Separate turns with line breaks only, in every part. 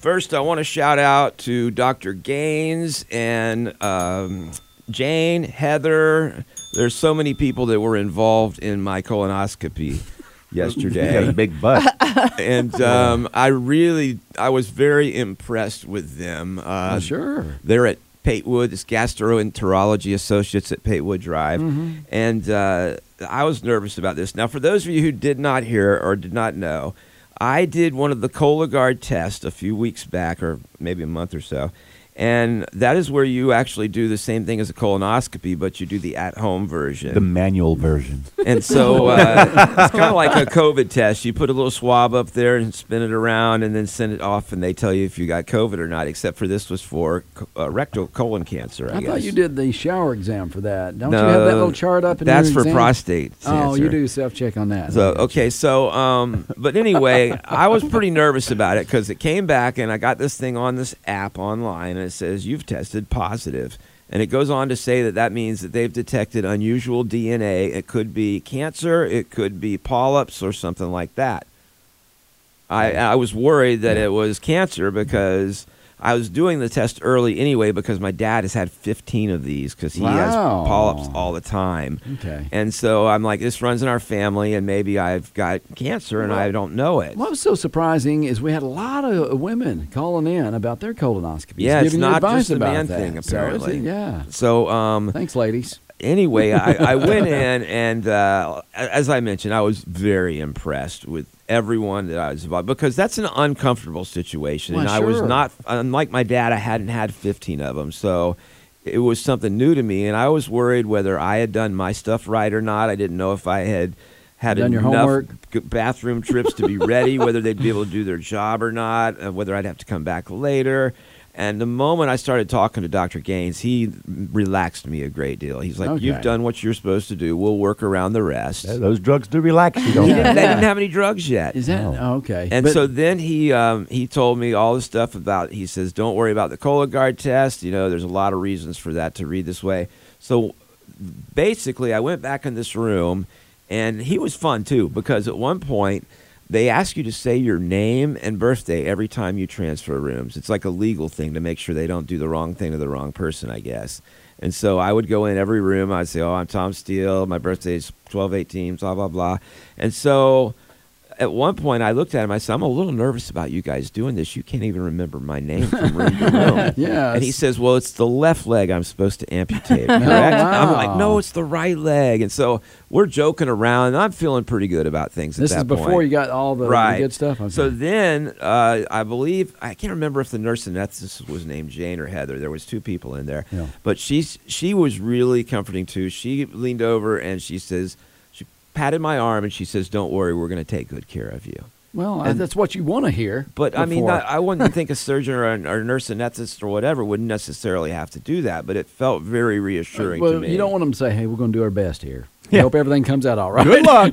First, I want to shout out to Dr. Gaines and um, Jane, Heather. There's so many people that were involved in my colonoscopy
You got a
yesterday,
big butt.
and um, I really, I was very impressed with them. Uh,
Oh, sure.
They're at Patewood. It's Gastroenterology Associates at Patewood Drive,
Mm-hmm.
and uh, I was nervous about this. Now, for those of you who did not hear or did not know, I did one of the Cologuard tests a few weeks back, or maybe a month or so, and that is where you actually do the same thing as a colonoscopy, but you do the at-home version.
The manual version.
And so uh, it's kind of like a COVID test. You put a little swab up there and spin it around and then send it off, and they tell you if you got COVID or not, except for this was for co- uh, rectal colon cancer, I,
I
guess.
thought you did the shower exam for that. Don't you have that little chart up? In
That's
your
for
exam?
prostate cancer.
Oh, you do self check on that.
So oh, okay, so um, but anyway, I was pretty nervous about it because it came back and I got this thing on this app online and it says you've tested positive, and it goes on to say that that means that they've detected unusual DNA. It could be cancer, it could be polyps or something like that. I I was worried that it was cancer because. I was doing the test early anyway because my dad has had 15 of these because he has
Wow.
polyps all the time.
Okay.
And so I'm like, this runs in our family, and maybe I've got cancer and I don't know it.
What was so surprising is we had a lot of women calling in about their colonoscopies.
Yeah, it's
giving you
not
advice
just a
about
man
that.
thing,
So it's-
apparently.
yeah.
So um,
Thanks, ladies.
anyway, I, I went in, and uh, as I mentioned, I was very impressed with everyone that I was involved because that's an uncomfortable situation,
Why,
and I was
sure.
not unlike my dad. I hadn't had 15 of them, so it was something new to me, and I was worried whether I had done my stuff right or not. I didn't know if I had had
Done your
enough
homework?
g- bathroom trips to be ready, whether they'd be able to do their job or not, uh, whether I'd have to come back later. And the moment I started talking to Dr. Gaines, he relaxed me a great deal. He's like, "You've
Okay.
done what you're supposed to do. We'll work around the rest."
Yeah, Those drugs do relax you, don't
He
they?
didn't, they didn't have any drugs yet.
Is that oh, okay?
And
But-
so then he um, he told me all the stuff about. He says, "Don't worry about the Cologuard test. You know, there's a lot of reasons for that to read this way." So basically, I went back in this room, and he was fun too because at one point they ask you to say your name and birthday every time you transfer rooms. It's like a legal thing to make sure they don't do the wrong thing to the wrong person, I guess. And so I would go in every room. I'd say, "Oh, I'm Tom Steele. My birthday's 1218. Blah blah blah." And so at one point I looked at him. I said, "I'm a little nervous about you guys doing this. You can't even remember my name from room to room."
Yes.
And he says, "Well, it's the left leg I'm supposed to amputate." Correct? I'm like, "No, it's the right leg." And so we're joking around. And I'm feeling pretty good about things. at
this is
that
before
point.
you got all the, the
right
good stuff. Okay.
So then uh, I believe I can't remember if the nurse anesthetist was named Jane or Heather. There was two people in there,
Yeah.
but she she was really comforting too. She leaned over and she says she patted my arm and she says, "Don't worry, we're going to take good care of you."
well, I, that's what you want to hear.
But I mean,
before-
I, I wouldn't think a surgeon or a, or a nurse anesthetist or whatever would necessarily have to do that, but it felt very reassuring
well,
to me.
you don't want them to say, "Hey, we're going to do our best here. We hope everything comes out all right."
Good luck.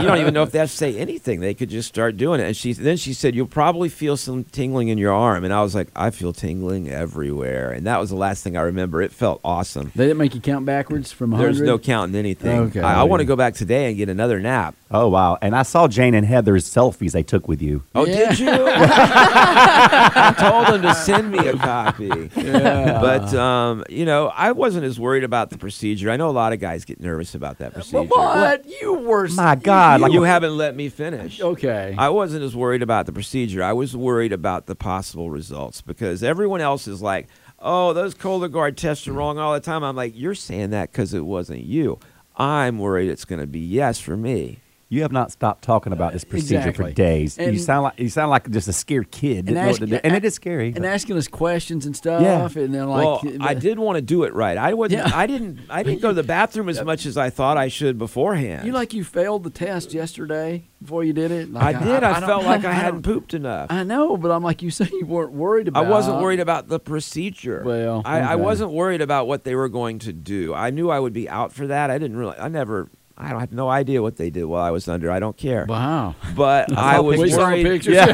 you don't even know if they have to say anything. They could just start doing it. And she then she said, "You'll probably feel some tingling in your arm." And I was like, "I feel tingling everywhere." And that was the last thing I remember. It felt awesome.
They didn't make you count backwards from
There's
100?
no counting anything.
Okay.
I, I want to go back today and get another nap.
Oh, wow. And I saw Jane and Heather's selfies they took with you.
Oh,
Yeah.
did you? I told them to send me a copy. But um, you know, I wasn't as worried about the procedure. I know a lot of guys get get nervous about that procedure.
But what? You were.
My God, like
You haven't let me finish.
Okay.
I wasn't as worried about the procedure. I was worried about the possible results because everyone else is like, "Oh, those Cologuard tests are wrong all the time." I'm like, "You're saying that because it wasn't you." I'm worried it's going to be yes for me.
you have not stopped talking about this procedure for
exactly.
days.
And-
you sound like you sound like just a scared kid, didn't know what to do. and it is scary.
And
but-
asking us questions and stuff. And then, like,
well, I did want to do it right. I wasn't.
Yeah.
I didn't. I didn't go to the bathroom as much as I thought I should beforehand.
You like you failed the test yesterday before you did it.
I
Like,
did. I,
don't-
felt like I
don't-
hadn't pooped enough.
I know, but I'm like you said, you weren't worried
I
about.
wasn't worried about the procedure.
Well,
I, I
okay.
wasn't worried about what they were going to do. I knew I would be out for that. I didn't really. I never. I don't I have no idea what they did while I was under. I don't care.
Wow.
But I was
We saw
worried.
pictures. Yeah.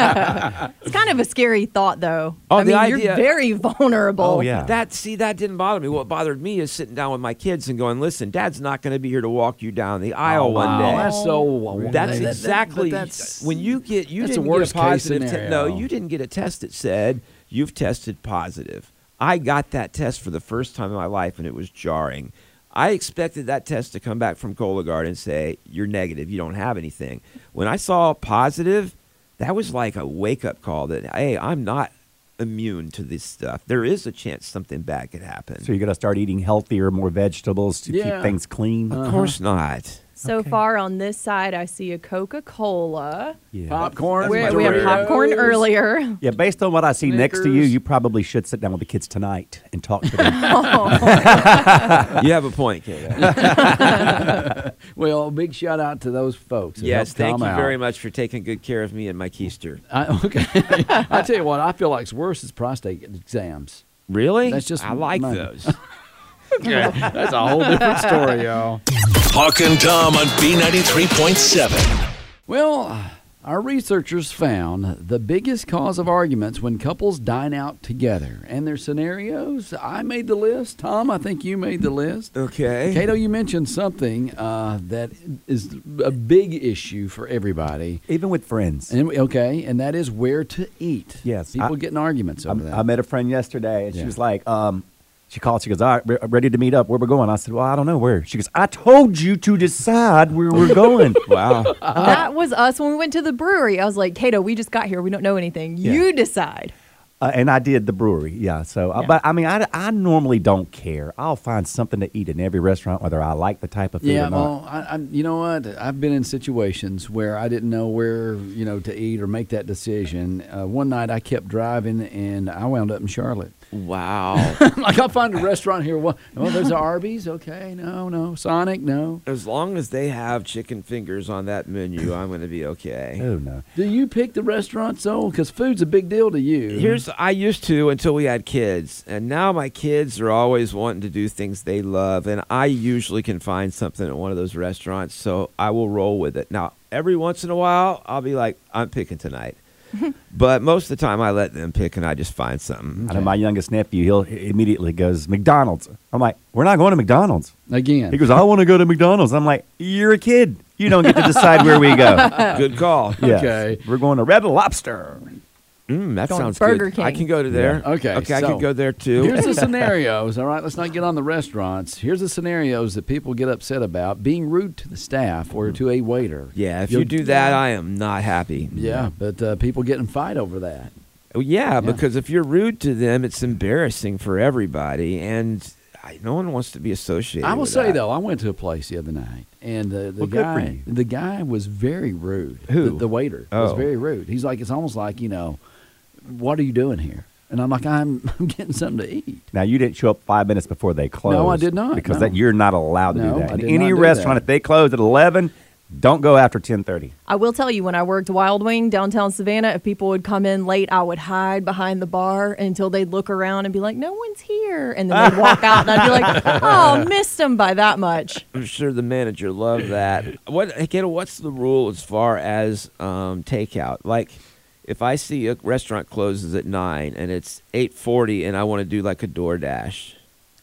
It's kind of a scary thought, though.
Oh,
I
the
mean,
idea-
you're very vulnerable.
oh yeah,
That see that didn't bother me. What bothered me is sitting down with my kids and going, "Listen, Dad's not going to be here to walk you down the aisle one day."
Oh, That's so.
That's
that- that-
exactly
but that's
when you get you
that's a
didn't
worst
get
case
a positive. te-
scenario.
no, you didn't get a test that said you've tested positive. I got that test for the first time in my life, and it was jarring. I expected that test to come back from Cologuard and say you're negative, you don't have anything. When I saw positive, that was like a wake up call that hey, I'm not immune to this stuff. There is a chance something bad could happen.
so you got to start eating healthier, more vegetables to
Yeah. Uh-huh.
keep things clean.
of course not.
So far on this side, I see a Coca Cola.
Yeah.
popcorn.
We we had
Doritos.
popcorn earlier.
Yeah, based on what I see next to you,
Snickers.
you probably should sit down with the kids tonight and talk to them.
you have a point, Kato.
Well, big shout out to those folks. that
Yes,
helped
thank
Tom
you
out.
very much for taking good care of me and my keister.
I, okay. I tell you what, I feel like's worse is prostate exams.
Really?
That's just
I like
mine.
those.
Yeah, that's a whole different story, y'all.
Hawk and Tom on B93.7.
Well, our researchers found the biggest cause of arguments when couples dine out together and their scenarios. I made the list. Tom, I think you made the list.
okay.
Cato, you mentioned something uh, that is a big issue for everybody.
Even with friends.
And, okay, and that is where to eat.
Yes,
People
I-
get in arguments
I,
over that.
I met a friend yesterday, and
Yeah.
she was like, um, she called. She goes, "All right, we're ready to meet up. Where we're going?" I said, "Well, I don't know where." She goes, "I told you to decide where we're going."
Wow.
that was us when we went to the brewery. I was like, Kato, we just got here. We don't know anything.
Yeah.
You decide.
Uh, and I did the brewery, yeah. So, uh, but I mean, I, I normally don't care. I'll find something to eat in every restaurant, whether I like the type of food
Yeah,
or not.
well, I, I, you know what? I've been in situations where I didn't know where you know to eat or make that decision. Uh, one night I kept driving and I wound up in Charlotte.
wow.
like I'll find a restaurant here. Well, oh, there's an Arby's. Okay, no, no, Sonic, no.
As long as they have chicken fingers on that menu, I'm going to be okay.
Uh,
oh no,
Do you pick the restaurants though? Because food's a big deal to you.
Here's I used to until we had kids, and now my kids are always wanting to do things they love, and I usually can find something at one of those restaurants, so I will roll with it. Now, every once in a while, I'll be like, I'm picking tonight. but most of the time I let them pick and I just find something.
I know my youngest nephew. He'll he immediately goes McDonald's. I'm like, we're not going to McDonald's.
again.
He goes, I want to go to McDonald's. I'm like, you're a kid. You don't get to decide where we go.
Oh.
Good call.
Yeah.
Okay.
We're going to Red Lobster.
Mm,
Going to
that sounds
Burger
good. I
King.
can go to there.
Yeah. Okay,
Okay, I
so-
can go there too.
Here's the scenarios, all right? Let's not get on the restaurants. Here's the scenarios that people get upset about being rude to the staff or to a waiter.
Yeah, if
You'll-
you do that, I am not happy.
Yeah, but uh, people get in fight over that.
Well, yeah, because if you're rude to them, it's embarrassing for everybody, and I, no one wants to be associated.
I will
with
say
that.
though, I went to a place the other night, and the, the
Well, good for
guy,
you.
the guy was very rude.
Who?
The, the waiter was
Oh.
very rude. He's like, it's almost like you know, what are you doing here? And I'm like, I'm, I'm getting something to eat.
Now you didn't show up five minutes before they closed.
did not,
Because
no.
that you're not allowed to
No,
do
I
that. In
did not
any
do
restaurant,
that.
if they close at eleven, don't go after ten thirty.
I will tell you, when I worked Wild Wing downtown Savannah, if people would come in late, I would hide behind the bar until they'd look around and be like, no one's here. And then they'd walk out, and I'd be like, oh, missed them by that much.
I'm sure the manager loved that. What again? What's the rule as far as um, takeout? Like, if I see a restaurant closes at nine and it's eight forty, and I want to do like a DoorDash,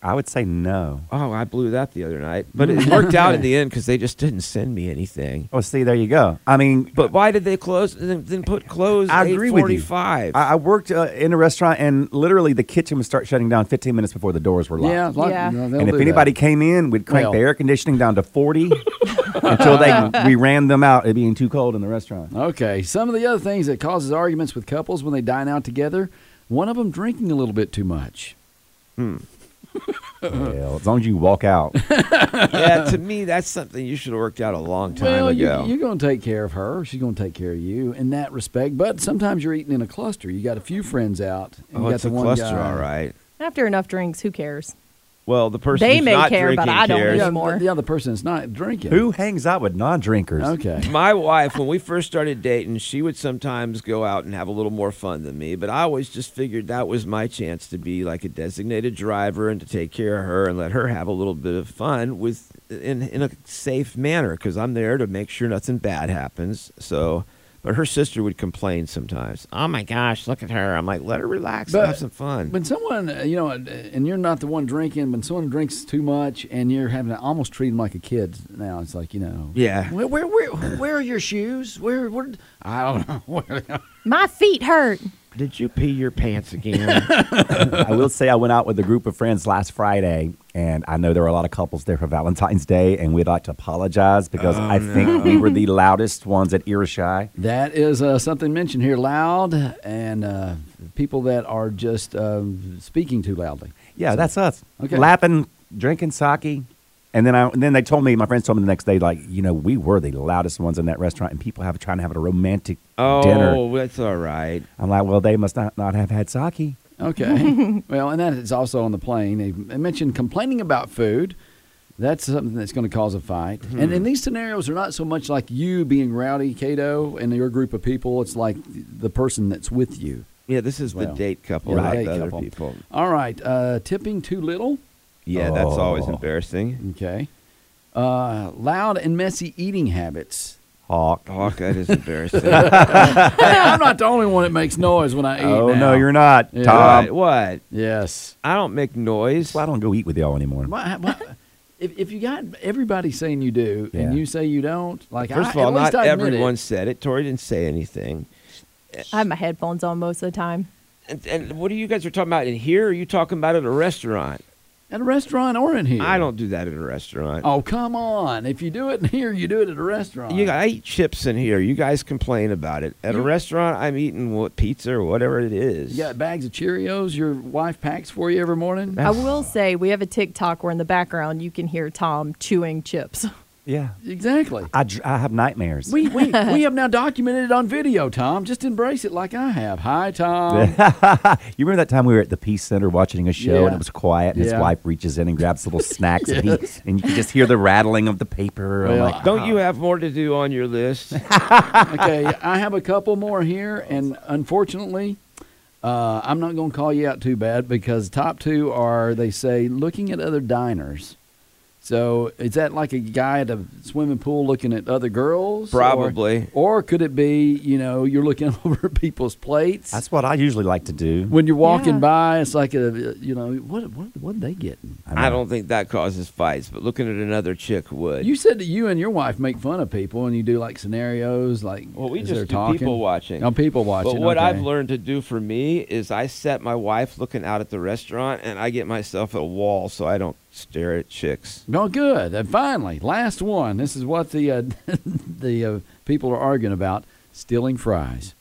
I would say no.
Oh, I blew that the other night, but it worked out in the end because they just didn't send me anything.
Oh, see, there you go. I mean,
But why did they close? Then, then put close.
I agree with you.
8:45?
I, I worked uh, in a restaurant, and literally the kitchen would start shutting down 15 minutes before the doors were locked.
Yeah, like,
Yeah.
no, they'll
And if
do that.
anybody came in, we'd crank
Well.
the air conditioning down to 40 until they we ran them out. It being too cold in the restaurant.
Okay, some of the other things that causes arguments with couples when they dine out together, one of them drinking a little bit too much. Uh-uh.
Well, as long as you walk out.
yeah, to me, that's something you should have worked out a long time
well,
ago.
You, are going to take care of her. She's going to take care of you in that respect. But sometimes you're eating in a cluster. You got a few friends out. And
oh,
you got
it's
the
a
one
cluster,
guy.
all right.
After enough drinks, who cares?
Well, the person
They
who's
may
not
care, but
drinking
I don't
cares.
Yeah,
Anymore.
the other person is not drinking.
Who hangs out with non-drinkers?
Okay.
My wife, when we first started dating, she would sometimes go out and have a little more fun than me, but I always just figured that was my chance to be like a designated driver and to take care of her and let her have a little bit of fun with in in a safe manner because I'm there to make sure nothing bad happens. So, but her sister would complain sometimes. Oh my gosh, look at her! I'm like, let her relax, and
But-
have some fun.
When someone, uh, you know, and- and you're not the one drinking, when someone drinks too much and you're having to almost treat them like a kid now, it's like, you know.
Yeah.
Where, where, where, where are your shoes? Where, where? I don't know. Where,
My feet hurt.
Did you pee your pants again?
I will say I went out with a group of friends last Friday, and I know there were a lot of couples there for Valentine's Day, and we'd like to apologize because I think we were the loudest ones at Earshai.
That is uh, something mentioned here loud and uh, people that are just um, speaking too loudly.
Yeah, that's us.
Okay.
Lapping, drinking sake. And then I and then they told me, my friends told me the next day, like, you know, we were the loudest ones in that restaurant and people have trying to have a romantic
oh,
dinner.
that's all right.
I'm like, well, they must not, not have had sake.
Okay. well, and that is also on the plane. They they mentioned complaining about food. That's something that's going to cause a fight.
Hmm.
And, and these scenarios are not so much like you being rowdy, Cato, and your group of people. It's like the person that's with you.
Yeah, this is the
Well,
date couple,
yeah, the
not
date
the other
couple.
people.
All right. Uh, tipping too little.
Yeah, that's always
Oh.
embarrassing.
Okay. Uh, loud and messy eating habits.
Hawk.
Oh, that is embarrassing. All
Hey, I'm not the only one that makes noise when I eat.
Oh,
now.
no, you're not,
Yeah.
Tom.
right, what?
Yes.
I don't make noise.
That's why I don't go eat with y'all anymore.
Why, why, if, if you got everybody saying you do
Yeah.
and you say you don't, like
First
I,
of all,
at least
not
I admit
everyone
it.
said it. Tori didn't say anything.
I have my headphones on most of the time.
And, and what are you guys are talking about in here? Or are you talking about at a restaurant?
at a restaurant or in here.
I don't do that at a restaurant.
Oh come on! If you do it in here, you do it at a restaurant.
You, I eat chips in here. You guys complain about it. At a restaurant, I'm eating what pizza or whatever it is.
You got bags of Cheerios. Your wife packs for you every morning.
I will say we have a TikTok where in the background you can hear Tom chewing chips.
Yeah.
Exactly.
I, dr- I have nightmares.
We, we, we have now documented it on video, Tom. Just embrace it like I have. Hi, Tom.
You remember that time we were at the Peace Center watching a show
Yeah.
and it was quiet and
Yeah.
his wife reaches in and grabs little snacks and, he, and you can just hear the rattling of the paper. I'm
Well,
like,
Don't you have more to do on your list?
okay, I have a couple more here, and unfortunately, uh, I'm not going to call you out too bad because top two are they say looking at other diners. So is that like a guy at a swimming pool looking at other girls? Or-
Probably.
Or, could it be you know you're looking over people's plates
that's what I usually like to do.
when you're walking
Yeah.
by? It's like a you know what what what are they getting?
I don't think that causes fights, but looking at another chick would.
You said that you and your wife make fun of people, and you do like scenarios like
Well, we
as
just
they're
do
talking.
people watching.
Oh, people watching.
But what I've
okay.
learned to do for me is I set my wife looking out at the restaurant and I get myself a wall so I don't stare at chicks.
No, good. And finally, last one. This is what the uh, the uh, people are arguing about: stealing fries.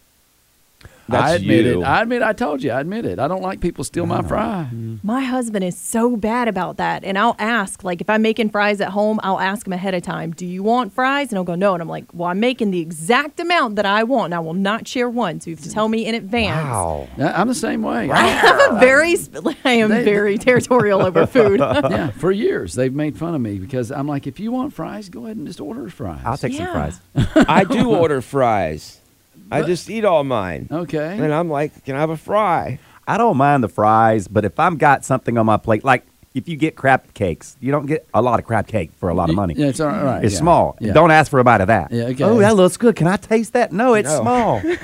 That's
I admit
you.
it. I admit. I told you. I admit it. I don't like people steal my fry.
Mm.
My husband is so bad about that. And I'll ask, like, if I'm making fries at home, I'll ask him ahead of time, do you want fries? And he'll go, no. And I'm like, well, I'm making the exact amount that I want, and I will not share one. So you have to tell me in advance.
Wow.
I- I'm the same way.
I have a very, sp- I am
They-
very territorial over food.
yeah. For years, they've made fun of me because I'm like, if you want fries, go ahead and just order fries.
I'll take some
Yeah.
fries.
I do order fries. I just eat all mine.
Okay.
And I'm like, can I have a fry?
I don't mind the fries, but if I've got something on my plate, like if you get crab cakes, you don't get a lot of crab cake for a lot of money.
Yeah, it's all right.
It's
yeah.
small.
Yeah.
Don't ask for a bite of that.
Yeah, okay.
Oh, that looks good. Can I taste that? No, it's
No.
small. you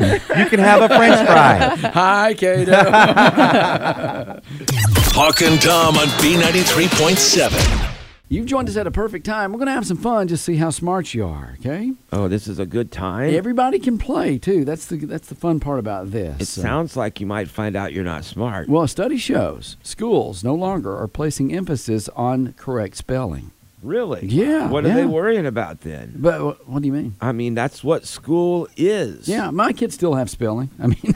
can have a French fry.
Hi, Kato.
Hawk and Tom on B93.7.
You've joined us at a perfect time. We're going to have some fun. Just see how smart you are. Okay.
Oh, this is a good time.
Everybody can play too. That's the that's the fun part about this.
it
So-
sounds like you might find out you're not smart.
well, a study shows schools no longer are placing emphasis on correct spelling.
really?
Yeah,
What are they
yeah.
worrying about then?
But wh- what do you mean?
I mean, that's what school is.
Yeah, my kids still have spelling. I mean,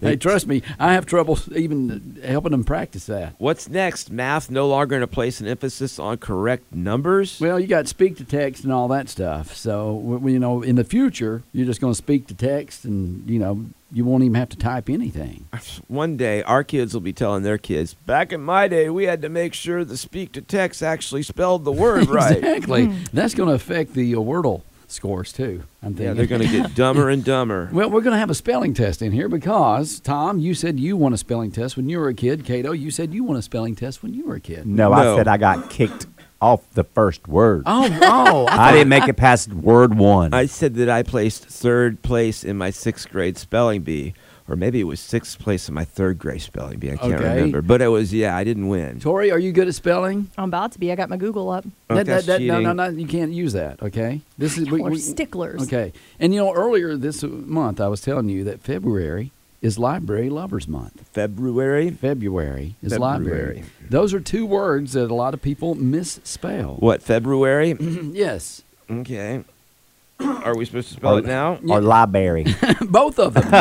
hey, trust me, I have trouble even helping them practice that.
What's next? Math no longer going to place an emphasis on correct numbers?
Well, you got speak to text and all that stuff. So, w- w- you know, in the future, you're just going to speak to text and, you know, you won't even have to type anything.
One day, our kids will be telling their kids, back in my day, we had to make sure the speak to text actually spelled the word right.
Exactly. That's going to affect the uh, Wordle scores, too. I'm thinking.
Yeah, they're going to get dumber and dumber.
Well, we're going to have a spelling test in here because, Tom, you said you want a spelling test when you were a kid. Cato, you said you want a spelling test when you were a kid.
No,
No.
I said I got kicked off the first word.
Oh, oh. I-
I didn't make it past word one.
I said that I placed third place in my sixth grade spelling bee, or maybe it was sixth place in my third grade spelling bee. I can't
Okay.
remember, but it was yeah. I didn't win.
Tori, are you good at spelling?
I'm about to be. I got my Google up.
Oh, that's
no, no,
cheating.
no, you can't use that, okay? This is we-
Y'all are
we-
sticklers.
Okay. And you know, earlier this month I was telling you that February is Library Lovers Month.
February.
February is library.
February.
Those are two words that a lot of people misspell.
What February?
Yes.
okay. Are we supposed to spell it now?
or library.
Both of them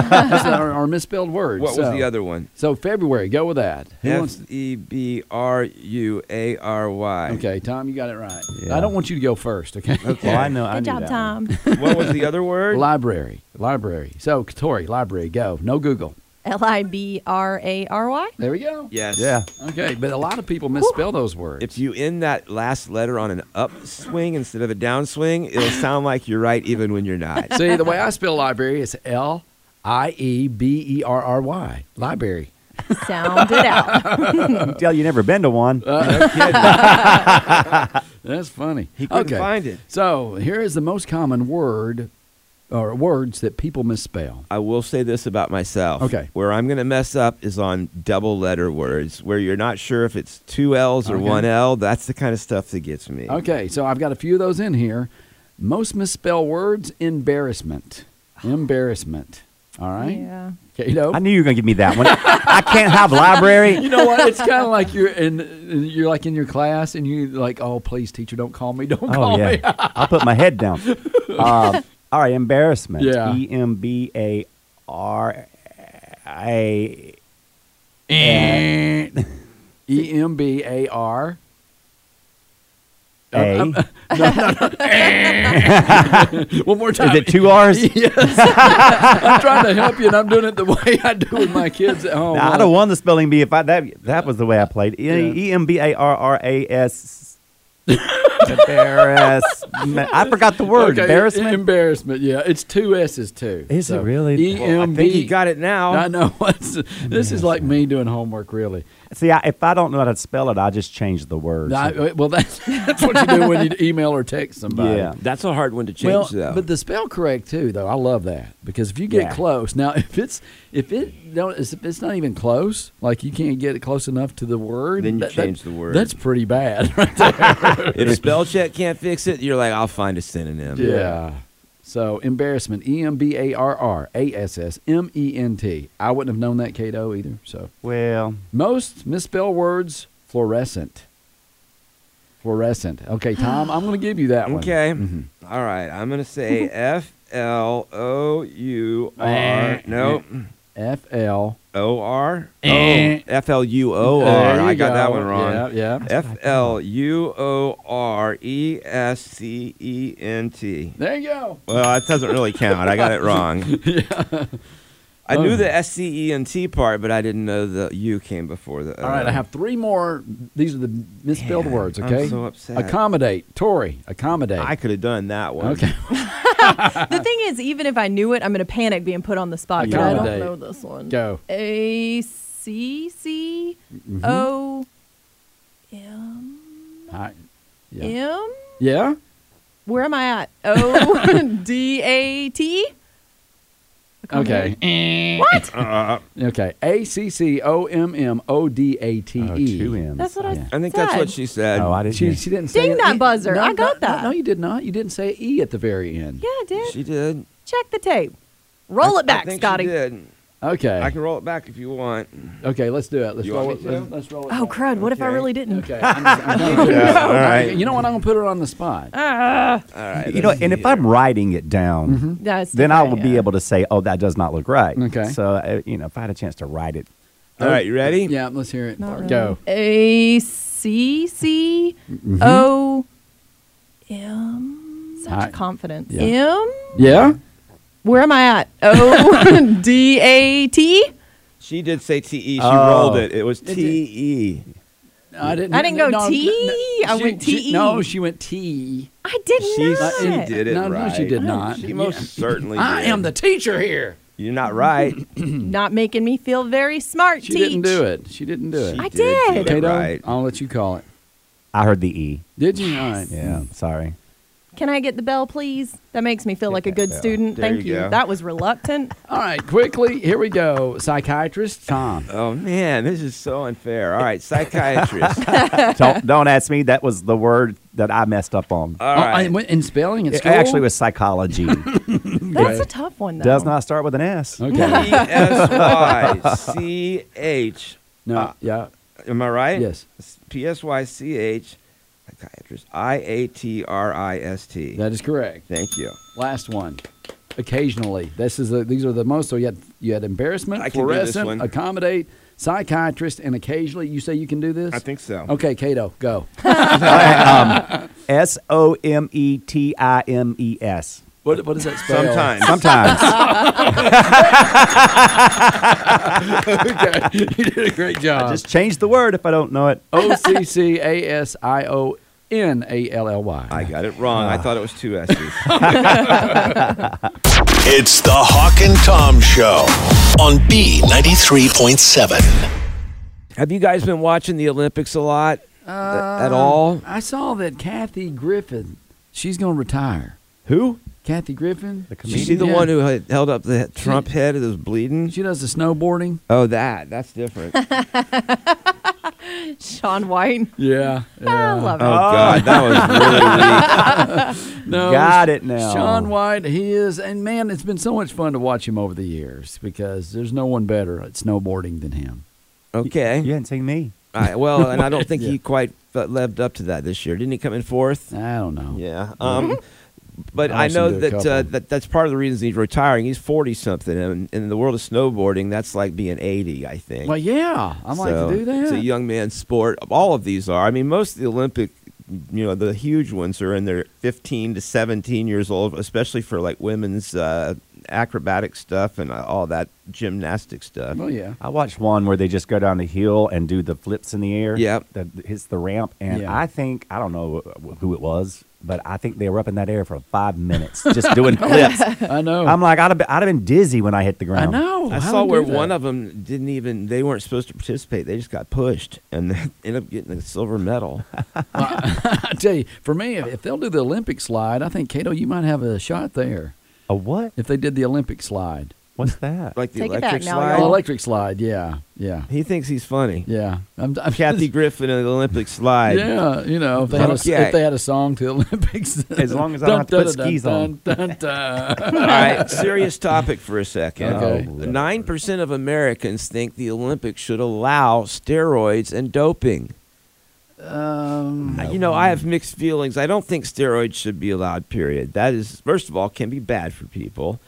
are, are misspelled words.
What was
so-
the other one?
So February, go with that. Who wants-
F E B R U A R Y.
Okay, Tom, you got it right.
Yeah.
I don't want you to go first, okay?
Well, I know. I
Good
knew
job,
that
Tom.
one.
What was the other word?
library, library. So, Tori, library, go. No Google.
L I B R A R Y.
There we go.
Yes.
Yeah.
Okay, but a lot of people misspell those words.
If you end that last letter on an upswing instead of a downswing, it'll sound like you're right even when you're not.
See, the way I spell library is L I E B E R R Y. Library.
Sound it out.
You can tell you never been to one.
That's funny.
He couldn't find it.
So, here is the most common word or words that people misspell.
I will say this about myself.
Okay.
Where I'm going to mess up is on double letter words where you're not sure if it's two L's or
Okay.
one L. That's the kind of stuff that gets me.
Okay, so I've got a few of those in here. Most misspell words embarrassment. Embarrassment. All right.
Yeah.
Kato.
I knew you were going to give me that one. I can't have library.
you know what? It's kind of like you're in, you're like in your class, and you like, oh, please, teacher, don't call me, don't
Oh,
call me.
yeah. I'll put my head down. Um, all right, embarrassment.
Yeah.
E M B A R A.
E M B A R.
A.
One more time.
Is it two R's?
I'm trying to help you, and I'm doing it the way I do with my kids at home.
Now, I'd have won the spelling bee if I that that was the way I played. E M B A R R A S. Embarrassment. I forgot the word.
Okay,
Embarrassment.
Embarrassment. Yeah, it's two S's too.
Is it really?
E
Well, I
M
think he
B.
got it now.
I know. It's- this is like me doing homework, really.
See, I, if I don't know how to spell it, I just change the word.
I- uh, well, that's that's what you do when you email or text somebody.
yeah.
That's a hard one to change,
Well,
though.
but the spell correct too, though. I love that because if you get
Yeah.
close, now if it's if it don't if it's not even close, like you can't get it close enough to the word,
Then you
that- that-
change the word.
That's pretty bad, right there.
if a spell check can't fix it, you're like, I'll find a synonym.
Yeah. uh, So embarrassment. E M B A R R A S S M E N T. I wouldn't have known that, Cato, either. So
Well,
most misspelled words: fluorescent. Fluorescent. Okay, Tom, I'm going to give you that one.
Okay. All right. I'm going to say F L O U R.
Eh,
No.
F L
O R? Oh, F L U O R.
Eh. There
I
you
got that
go.
one wrong.
Yeah, yeah.
F L U O R E S C E N T.
There you go.
Well, that doesn't really count. I got it wrong. I
Oh.
knew the S C E N T part, but I didn't know the U came before the. O.
All right, I have three more. These are the misspelled
Man,
words.
I'm
Okay.
so upset.
Accommodate, Tori. Accommodate.
I could have done that one.
okay.
the thing is, even if I knew it, I'm going to panic being put on the spot because I
Accommodate.
don't know this one.
Go.
A C C O
Mm-hmm.
M
I- yeah.
M.
yeah.
Where am I at? O D A T.
Okay. what? Eh. Uh, Okay. A C C O M M O D A T
Oh,
E.
two M's.
That's what I
Yeah.
I think that's what
said.
she said.
Oh, I didn't.
She,
hear.
she didn't say
Ding
it.
that
E-
buzzer.
No,
I got
no,
that.
No, you did not. You didn't say E at the very end.
Yeah, I did.
She did.
Check the tape. Roll it
I
back,
think
Scotty.
She did.
Okay.
I can roll it back if you want.
Okay, let's do it. Let's
You
roll
want
it.
me to?
Let's, let's roll it.
Oh,
back.
crud. What if I
Okay.
really didn't?
Okay. I'm, I'm gonna do it.
All right.
You know what? I'm gonna put her on the spot.
All right.
You know,
let's
and
see
if I'm
here.
writing it down,
Ah, That's
then I will
yeah.
be able to say, "Oh, that does not look right."
Okay.
So, uh, you know, if I had a chance to write it,
All right, you ready?
Yeah, let's hear it. Go.
Uh, A C C O M.
I-
Such confidence.
Yeah.
M.
Yeah.
Where am I at? O D A T.
She did say T E. She
Oh.
rolled it. It was T E.
I didn't.
I didn't go T. I
she-
went
she-
T E.
No, she went T. E.
I did
She,
not.
she did it
No,
right.
no, she did not.
She most certainly.
I
did.
am the teacher here.
You're not right.
Not making me feel very smart.
She
teach.
didn't do it. She didn't do it.
She
I
do
did.
it
Okay, Dom,
right.
I'll let you call it.
I heard the E.
Did you? All right.
Yeah. Sorry.
Can I get the bell, please? That makes me feel like a good student.
There
Thank
you
you.
go.
That was reluctant.
All right. Quickly, here we go. Psychiatrist Tom.
Oh man, this is so unfair. All right, psychiatrist.
Oh,
don't don't ask me. That was the word that I messed up on.
All
Oh,
right.
and when- in spelling at
it
school.
actually was psychology.
That's a tough one, though.
does not start with an S.
Okay.
E S Y C H.
no. Yeah.
Am I right?
Yes.
P S Y C H. Psychiatrist. I A T R I S T.
That is correct.
Thank you.
Last one. Occasionally, this is the, these are the most. So you had you had embarrassment,
I can do this
fluorescent,
one.
accommodate, psychiatrist, and occasionally. You say you can do this.
I think so.
Okay, Cato, go.
S O M E T I M E S.
What what does that spell?
Sometimes.
Sometimes
okay, you did a great job.
just change the word if I don't know it.
O C C A S I O N A L L
I
Y.
got it wrong. I thought it was two S's.
It's the Hawk and Tom Show on B93.7.
Have you guys been watching the Olympics a lot?
Uh,
at all?
I saw that Kathy Griffin, she's going to retire.
Who?
Kathy Griffin, the
She, she the one who had held up the Trump head that was bleeding?
she does the snowboarding.
oh, that. That's different. oh,
Sean White.
Yeah,
I love
Oh.
it.
God. That was really weak.
no,
Got it now.
Sean White, he is, and man, it's been so much fun to watch him over the years because there's no one better at snowboarding than him.
Okay.
You hadn't seen me.
I, well, and I don't think he quite fe- lived up to that this year. Didn't he come in fourth?
I don't know.
Yeah. Um, but
I
I know
listened to a
that, uh,
couple.
that that's part of the reason he's retiring. He's 40 something. And in the world of snowboarding, that's like being 80, I think.
Well, yeah, I'm like
So,
to do that.
It's a young man's sport. All of these are. I mean, most of the Olympic, you know, the huge ones are in their 15 to 17 years old, especially for like women's uh, acrobatic stuff and uh, all that gymnastic stuff.
well, Oh, yeah.
I watched one where they just go down the hill and do the flips in the air.
Yep.
That hits the ramp. And
Yeah.
I think, I don't know wh- who it was, but I think they were up in that air for five minutes just doing flips.
I know.
I'm like, I'd have, been, I'd have been dizzy when I hit the
I
ground.
know.
I
Oh, How
saw
they
where
do
one
that.
of them didn't even, they weren't supposed to participate. They just got pushed and they ended up getting a silver medal.
I tell you, for me, if, if they'll do the Olympic slide, I think Cato, you might have a shot there.
A what?
If they did the Olympic slide,
What's that?
Like the
Take it back
electric
now,
slide.
oh,
y'all.
electric slide, yeah, yeah,
He thinks he's funny.
yeah. I'm, I'm
Kathy Griffin and the Olympic slide.
Yeah, you know, if they, had a,
Okay.
if they had a song to the Olympics,
As long as I don't have to put skis on.
All right, serious topic for a second.
Okay.
Nine percent of Americans think the Olympics should allow steroids and doping.
um,
You know, I have mixed feelings. I don't think steroids should be allowed. Period. That is, first of all, can be bad for people,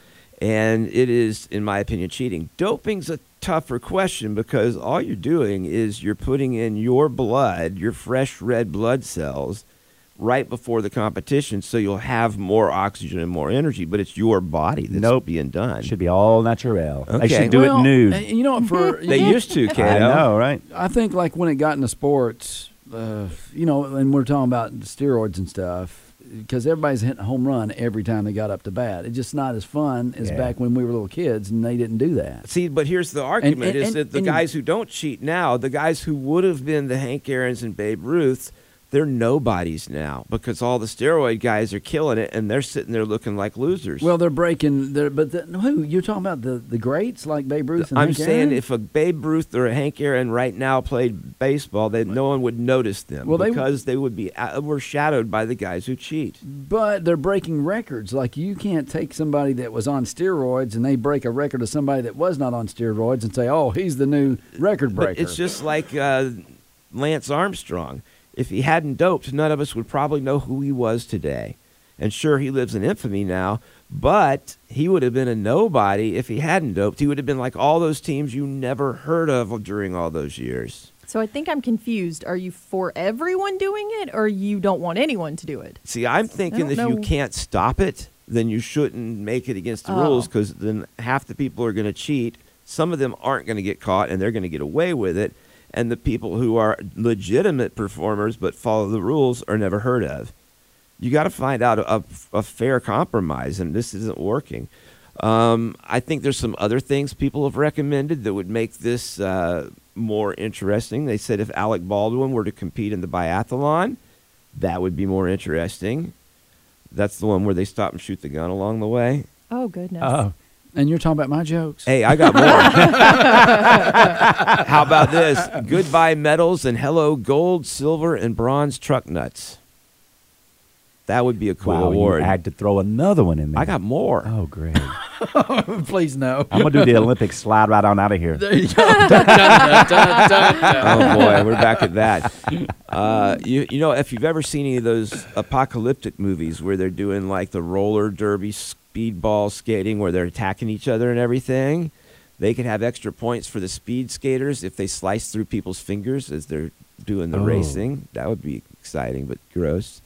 and it is, in my opinion, cheating. Doping's a tougher question because all you're doing is you're putting in your blood, your fresh red blood cells, right before the competition, so you'll have more oxygen and more energy. But it's your body that's
Nope.
being done.
Should be all natural. They
Okay.
should do
well,
it nude.
uh, You know, what, for
They used to, Kato.
I know, right?
I think like when it got into sports, uh, you know, and we're talking about steroids and stuff, because everybody's hitting a home run every time they got up to bat. It's just not as fun as
Yeah.
back when we were little kids, and they didn't do that.
See, but here's the argument:
and-
is
and-
that the
and-
guys who don't cheat now, the guys who would have been the Hank Aaron's and Babe Ruths, they're nobodies now because all the steroid guys are killing it and they're sitting there looking like losers.
Well, they're breaking. They're, but the, who you're talking about the, the greats like Babe Ruth? And
I'm
Hank
saying
Aaron?
if a Babe Ruth or a Hank Aaron right now played baseball, they, no one would notice them
Well, they-
because they, would be uh, overshadowed by the guys who cheat.
But they're breaking records. Like you can't take somebody that was on steroids and they break a record of somebody that was not on steroids and say, "Oh, he's the new record breaker."
But it's just like uh, Lance Armstrong. If he hadn't doped, none of us would probably know who he was today. And sure, he lives in infamy now, but he would have been a nobody if he hadn't doped. He would have been like all those teams you never heard of during all those years.
So I think I'm confused. Are you for everyone doing it or you don't want anyone to do it?
See, I'm thinking
don't
if you
know.
can't stop it, then you shouldn't make it against the rules 'cause rules because then half the people are going to cheat. Some of them aren't going to get caught and they're going to get away with it. And the people who are legitimate performers but follow the rules are never heard of. You got to find out a, a fair compromise, and this isn't working. Um, I think there's some other things people have recommended that would make this uh, more interesting. They said if Alec Baldwin were to compete in the biathlon, that would be more interesting. That's the one where they stop and shoot the gun along the way.
Oh, goodness.
Uh-huh. and you're talking about my jokes.
Hey, I got more. How about this? Goodbye medals and hello gold, silver, and bronze truck nuts. That would be a cool
wow,
award.
you had to throw another one in there.
I got more.
Oh, great.
Please no.
I'm going to do the Olympic slide right on out of here.
There you go. Dun, dun, dun, dun, dun, dun.
oh boy, we're back at that. Uh, you you know, if you've ever seen any of those apocalyptic movies where they're doing like the roller derby, speedball skating, where they're attacking each other and everything, they could have extra points for the speed skaters if they slice through people's fingers as they're doing the
Oh.
racing. That would be exciting, but gross.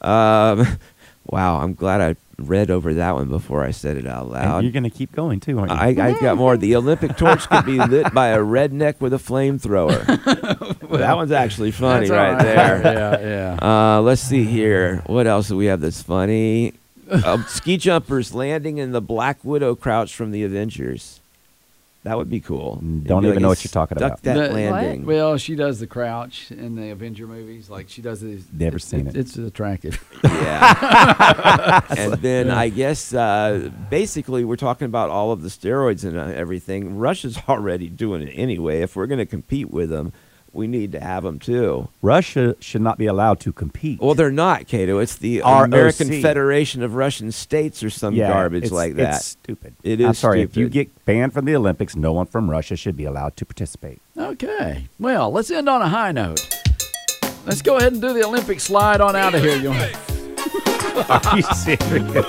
Um, wow, I'm glad I read over that one before I said it out
And
loud.
you're going to keep going, too, aren't you?
I, I got more. The Olympic torch could be lit by a redneck with a flamethrower. that one's actually funny
That's all
right, there.
yeah, yeah.
Uh, let's see here. What else do we have that's funny? Um, ski jumpers landing in the Black Widow crouch from the Avengers. That would be cool.
Mm,
You'd
don't
be
even
like,
know
"I
what you're talking
stuck
about."
That
That- What?
landing.
Well, she does the crouch in the Avenger movies. Like she does these.
Never
it's-
seen it.
It's attractive.
Yeah. and then I guess uh, basically we're talking about all of the steroids and uh, everything. Russia's already doing it anyway. If we're going to compete with them, we need to have them too.
Russia should not be allowed to compete.
Well, they're not, Cato. It's the
ROC.
American Federation of Russian States or some garbage
it's-
like that.
It's stupid.
It
I'm
is
sorry. If you
stupid.
get banned from the Olympics, no one from Russia should be allowed to participate.
Okay. Well, let's end on a high note. Let's go ahead and do the Olympic slide on out of here. You
Are you serious?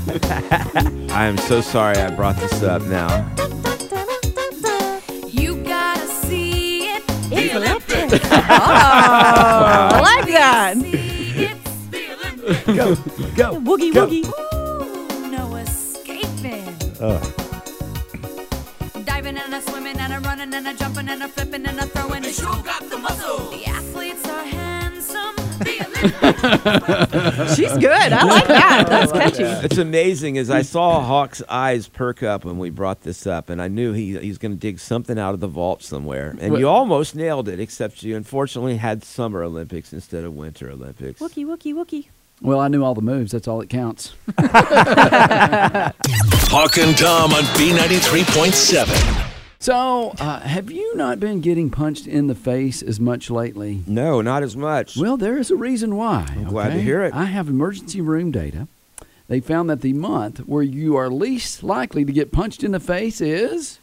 I am so sorry I brought this up now.
You gotta see it. It's Olympic.
Oh, I like that.
go, go.
Woogie
Go.
woogie.
No escaping.
Oh,
Diving and a swimming and a running and a jumping and a flipping and a throwing. They sure got the muscle. The athletes are handsome. The Olympics.
She's good. I like that. That's catchy.
It's amazing as I saw Hawk's eyes perk up when we brought this up, and I knew he he's going to dig something out of the vault somewhere. And you
Well-
almost nailed it, except you unfortunately had Summer Olympics instead of Winter Olympics.
Wookie wookie wookie.
Well, I knew all the moves. That's all that counts.
Hawk and Tom on B93.7.
So, uh, have you not been getting punched in the face as much lately?
No, not as much.
Well, there is a reason why. I'm
glad to hear it.
I have emergency room data. They found that the month where you are least likely to get punched in the face is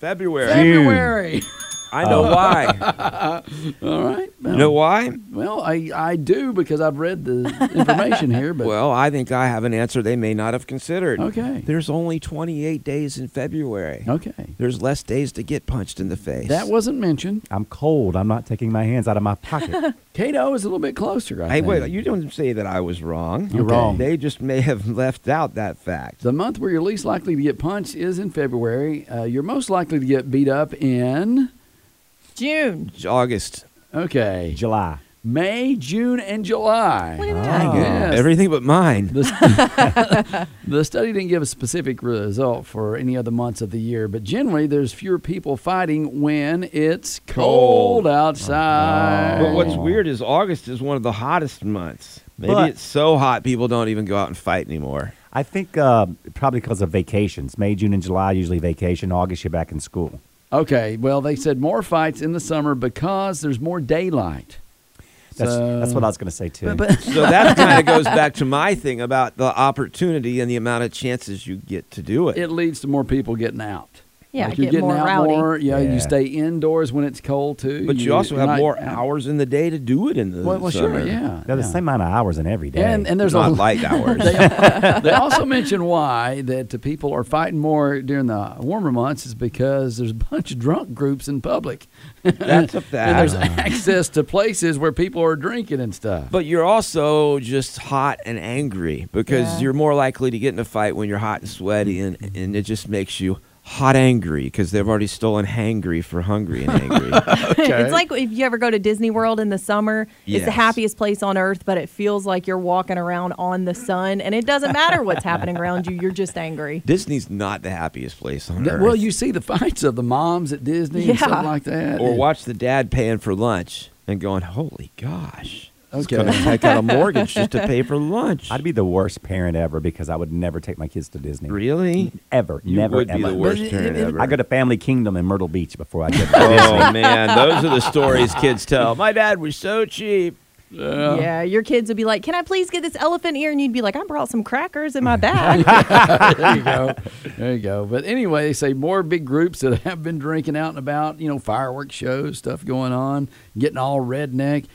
February.
February.
I know
Oh.
why.
All right.
You know why?
Well, I, I do because I've read the information here, but
Well, I think I have an answer they may not have considered.
Okay.
There's only 28 days in February.
okay.
There's less days to get punched in the face.
That wasn't mentioned.
I'm cold. I'm not taking my hands out of my pocket.
Cato is a little bit closer. I
Hey,
think.
wait, you don't say that I was wrong.
You're wrong.
They just may have left out that fact.
The month where you're least likely to get punched is in February. Uh, you're most likely to get beat up in.
June.
August.
Okay.
July.
May, June, and July.
Look at
Oh.
that.
Um,
Yes.
Everything but mine.
The, the study didn't give a specific result for any other months of the year, but generally there's fewer people fighting when it's cold,
Cold.
outside.
Oh. But what's weird is August is one of the hottest months. Maybe
But-
it's so hot people don't even go out and fight anymore.
I think uh, probably because of vacations. May, June, and July usually vacation. August you're back in school.
Okay, well, they said more fights in the summer because there's more daylight.
That's
So-
that's what I was going to say too.
So that kind of goes back to my thing about the opportunity and the amount of chances you get to do it.
It leads to more people getting out.
Yeah,
Like,
get more rowdy.
Yeah, you
Yeah.
stay indoors when it's cold too.
but you also
you're
have
not-
more hours in the day to do it in the
Well, well
summer.
sure, yeah.
They're the
yeah.
same amount of hours in every day.
And and there's a
not
lot.
light hours.
they also mention why that the people are fighting more during the warmer months is because there's a bunch of drunk groups in public.
That's a
And there's
fact.
access to places where people are drinking and stuff.
But you're also just hot and angry because
Yeah.
you're more likely to get in a fight when you're hot and sweaty, and, and it just makes you hot angry because they've already stolen hangry for hungry and angry.
it's like if you ever go to Disney World in the summer, it's the
Yes.
happiest place on earth, but it feels like you're walking around on the sun, and it doesn't matter what's happening around you. You're just angry.
Disney's not the happiest place on
Th-
earth.
well, you see the fights of the moms at Disney and
Yeah.
stuff like that.
or watch the dad paying for lunch and going, "Holy gosh, it's
Okay.
gonna take out a mortgage just to pay for lunch."
I'd be the worst parent ever because I would never take my kids to Disney.
really.
Ever.
You
never
would
ever.
be the worst
it-
parent
it-
ever.
I go to Family Kingdom in Myrtle Beach before I get there.
oh man, those are the stories kids tell. My dad was so cheap.
Yeah, your kids would be like, "Can I please get this elephant ear?" And you'd be like, "I brought some crackers in my bag."
there you go. There you go. But anyway, they say more big groups that have been drinking out and about, you know, fireworks shows, stuff going on, getting all redneck.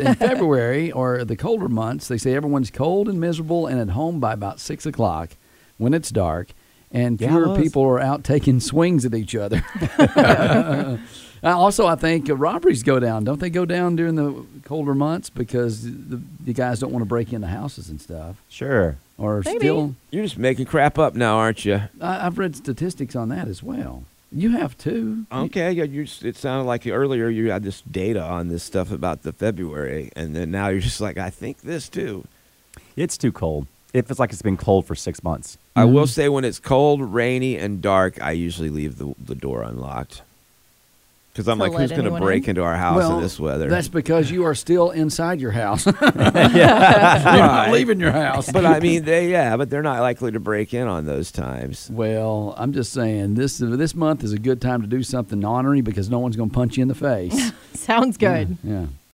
in February or the colder months, they say everyone's cold and miserable and at home by about six o'clock when it's dark, and
Yeah, it
fewer
was.
people are out taking swings at each other. Uh, also, I think uh, robberies go down. Don't they go down during the colder months because the, the guys don't want to break into houses and stuff
sure.
or
Maybe.
steal?
You're just making crap up now, aren't you?
I, I've read statistics on that as well. You have too.
Okay, yeah, you, it sounded like earlier you had this data on this stuff about the February, and then now you're just like, I think this too.
It's too cold. It feels like it's been cold for six months.
I will say when it's cold, rainy, and dark, I usually leave the, the door unlocked. Because I'm
To
like, who's
let
going to
anyone
break
in?
into our house in this weather?
That's because you are still inside your house. You're not
Right.
leaving your house.
but I mean, they yeah, but they're not likely to break in on those times.
well, I'm just saying this this month is a good time to do something honorary because no one's going to punch you in the face.
Sounds good.
yeah.
Hmm,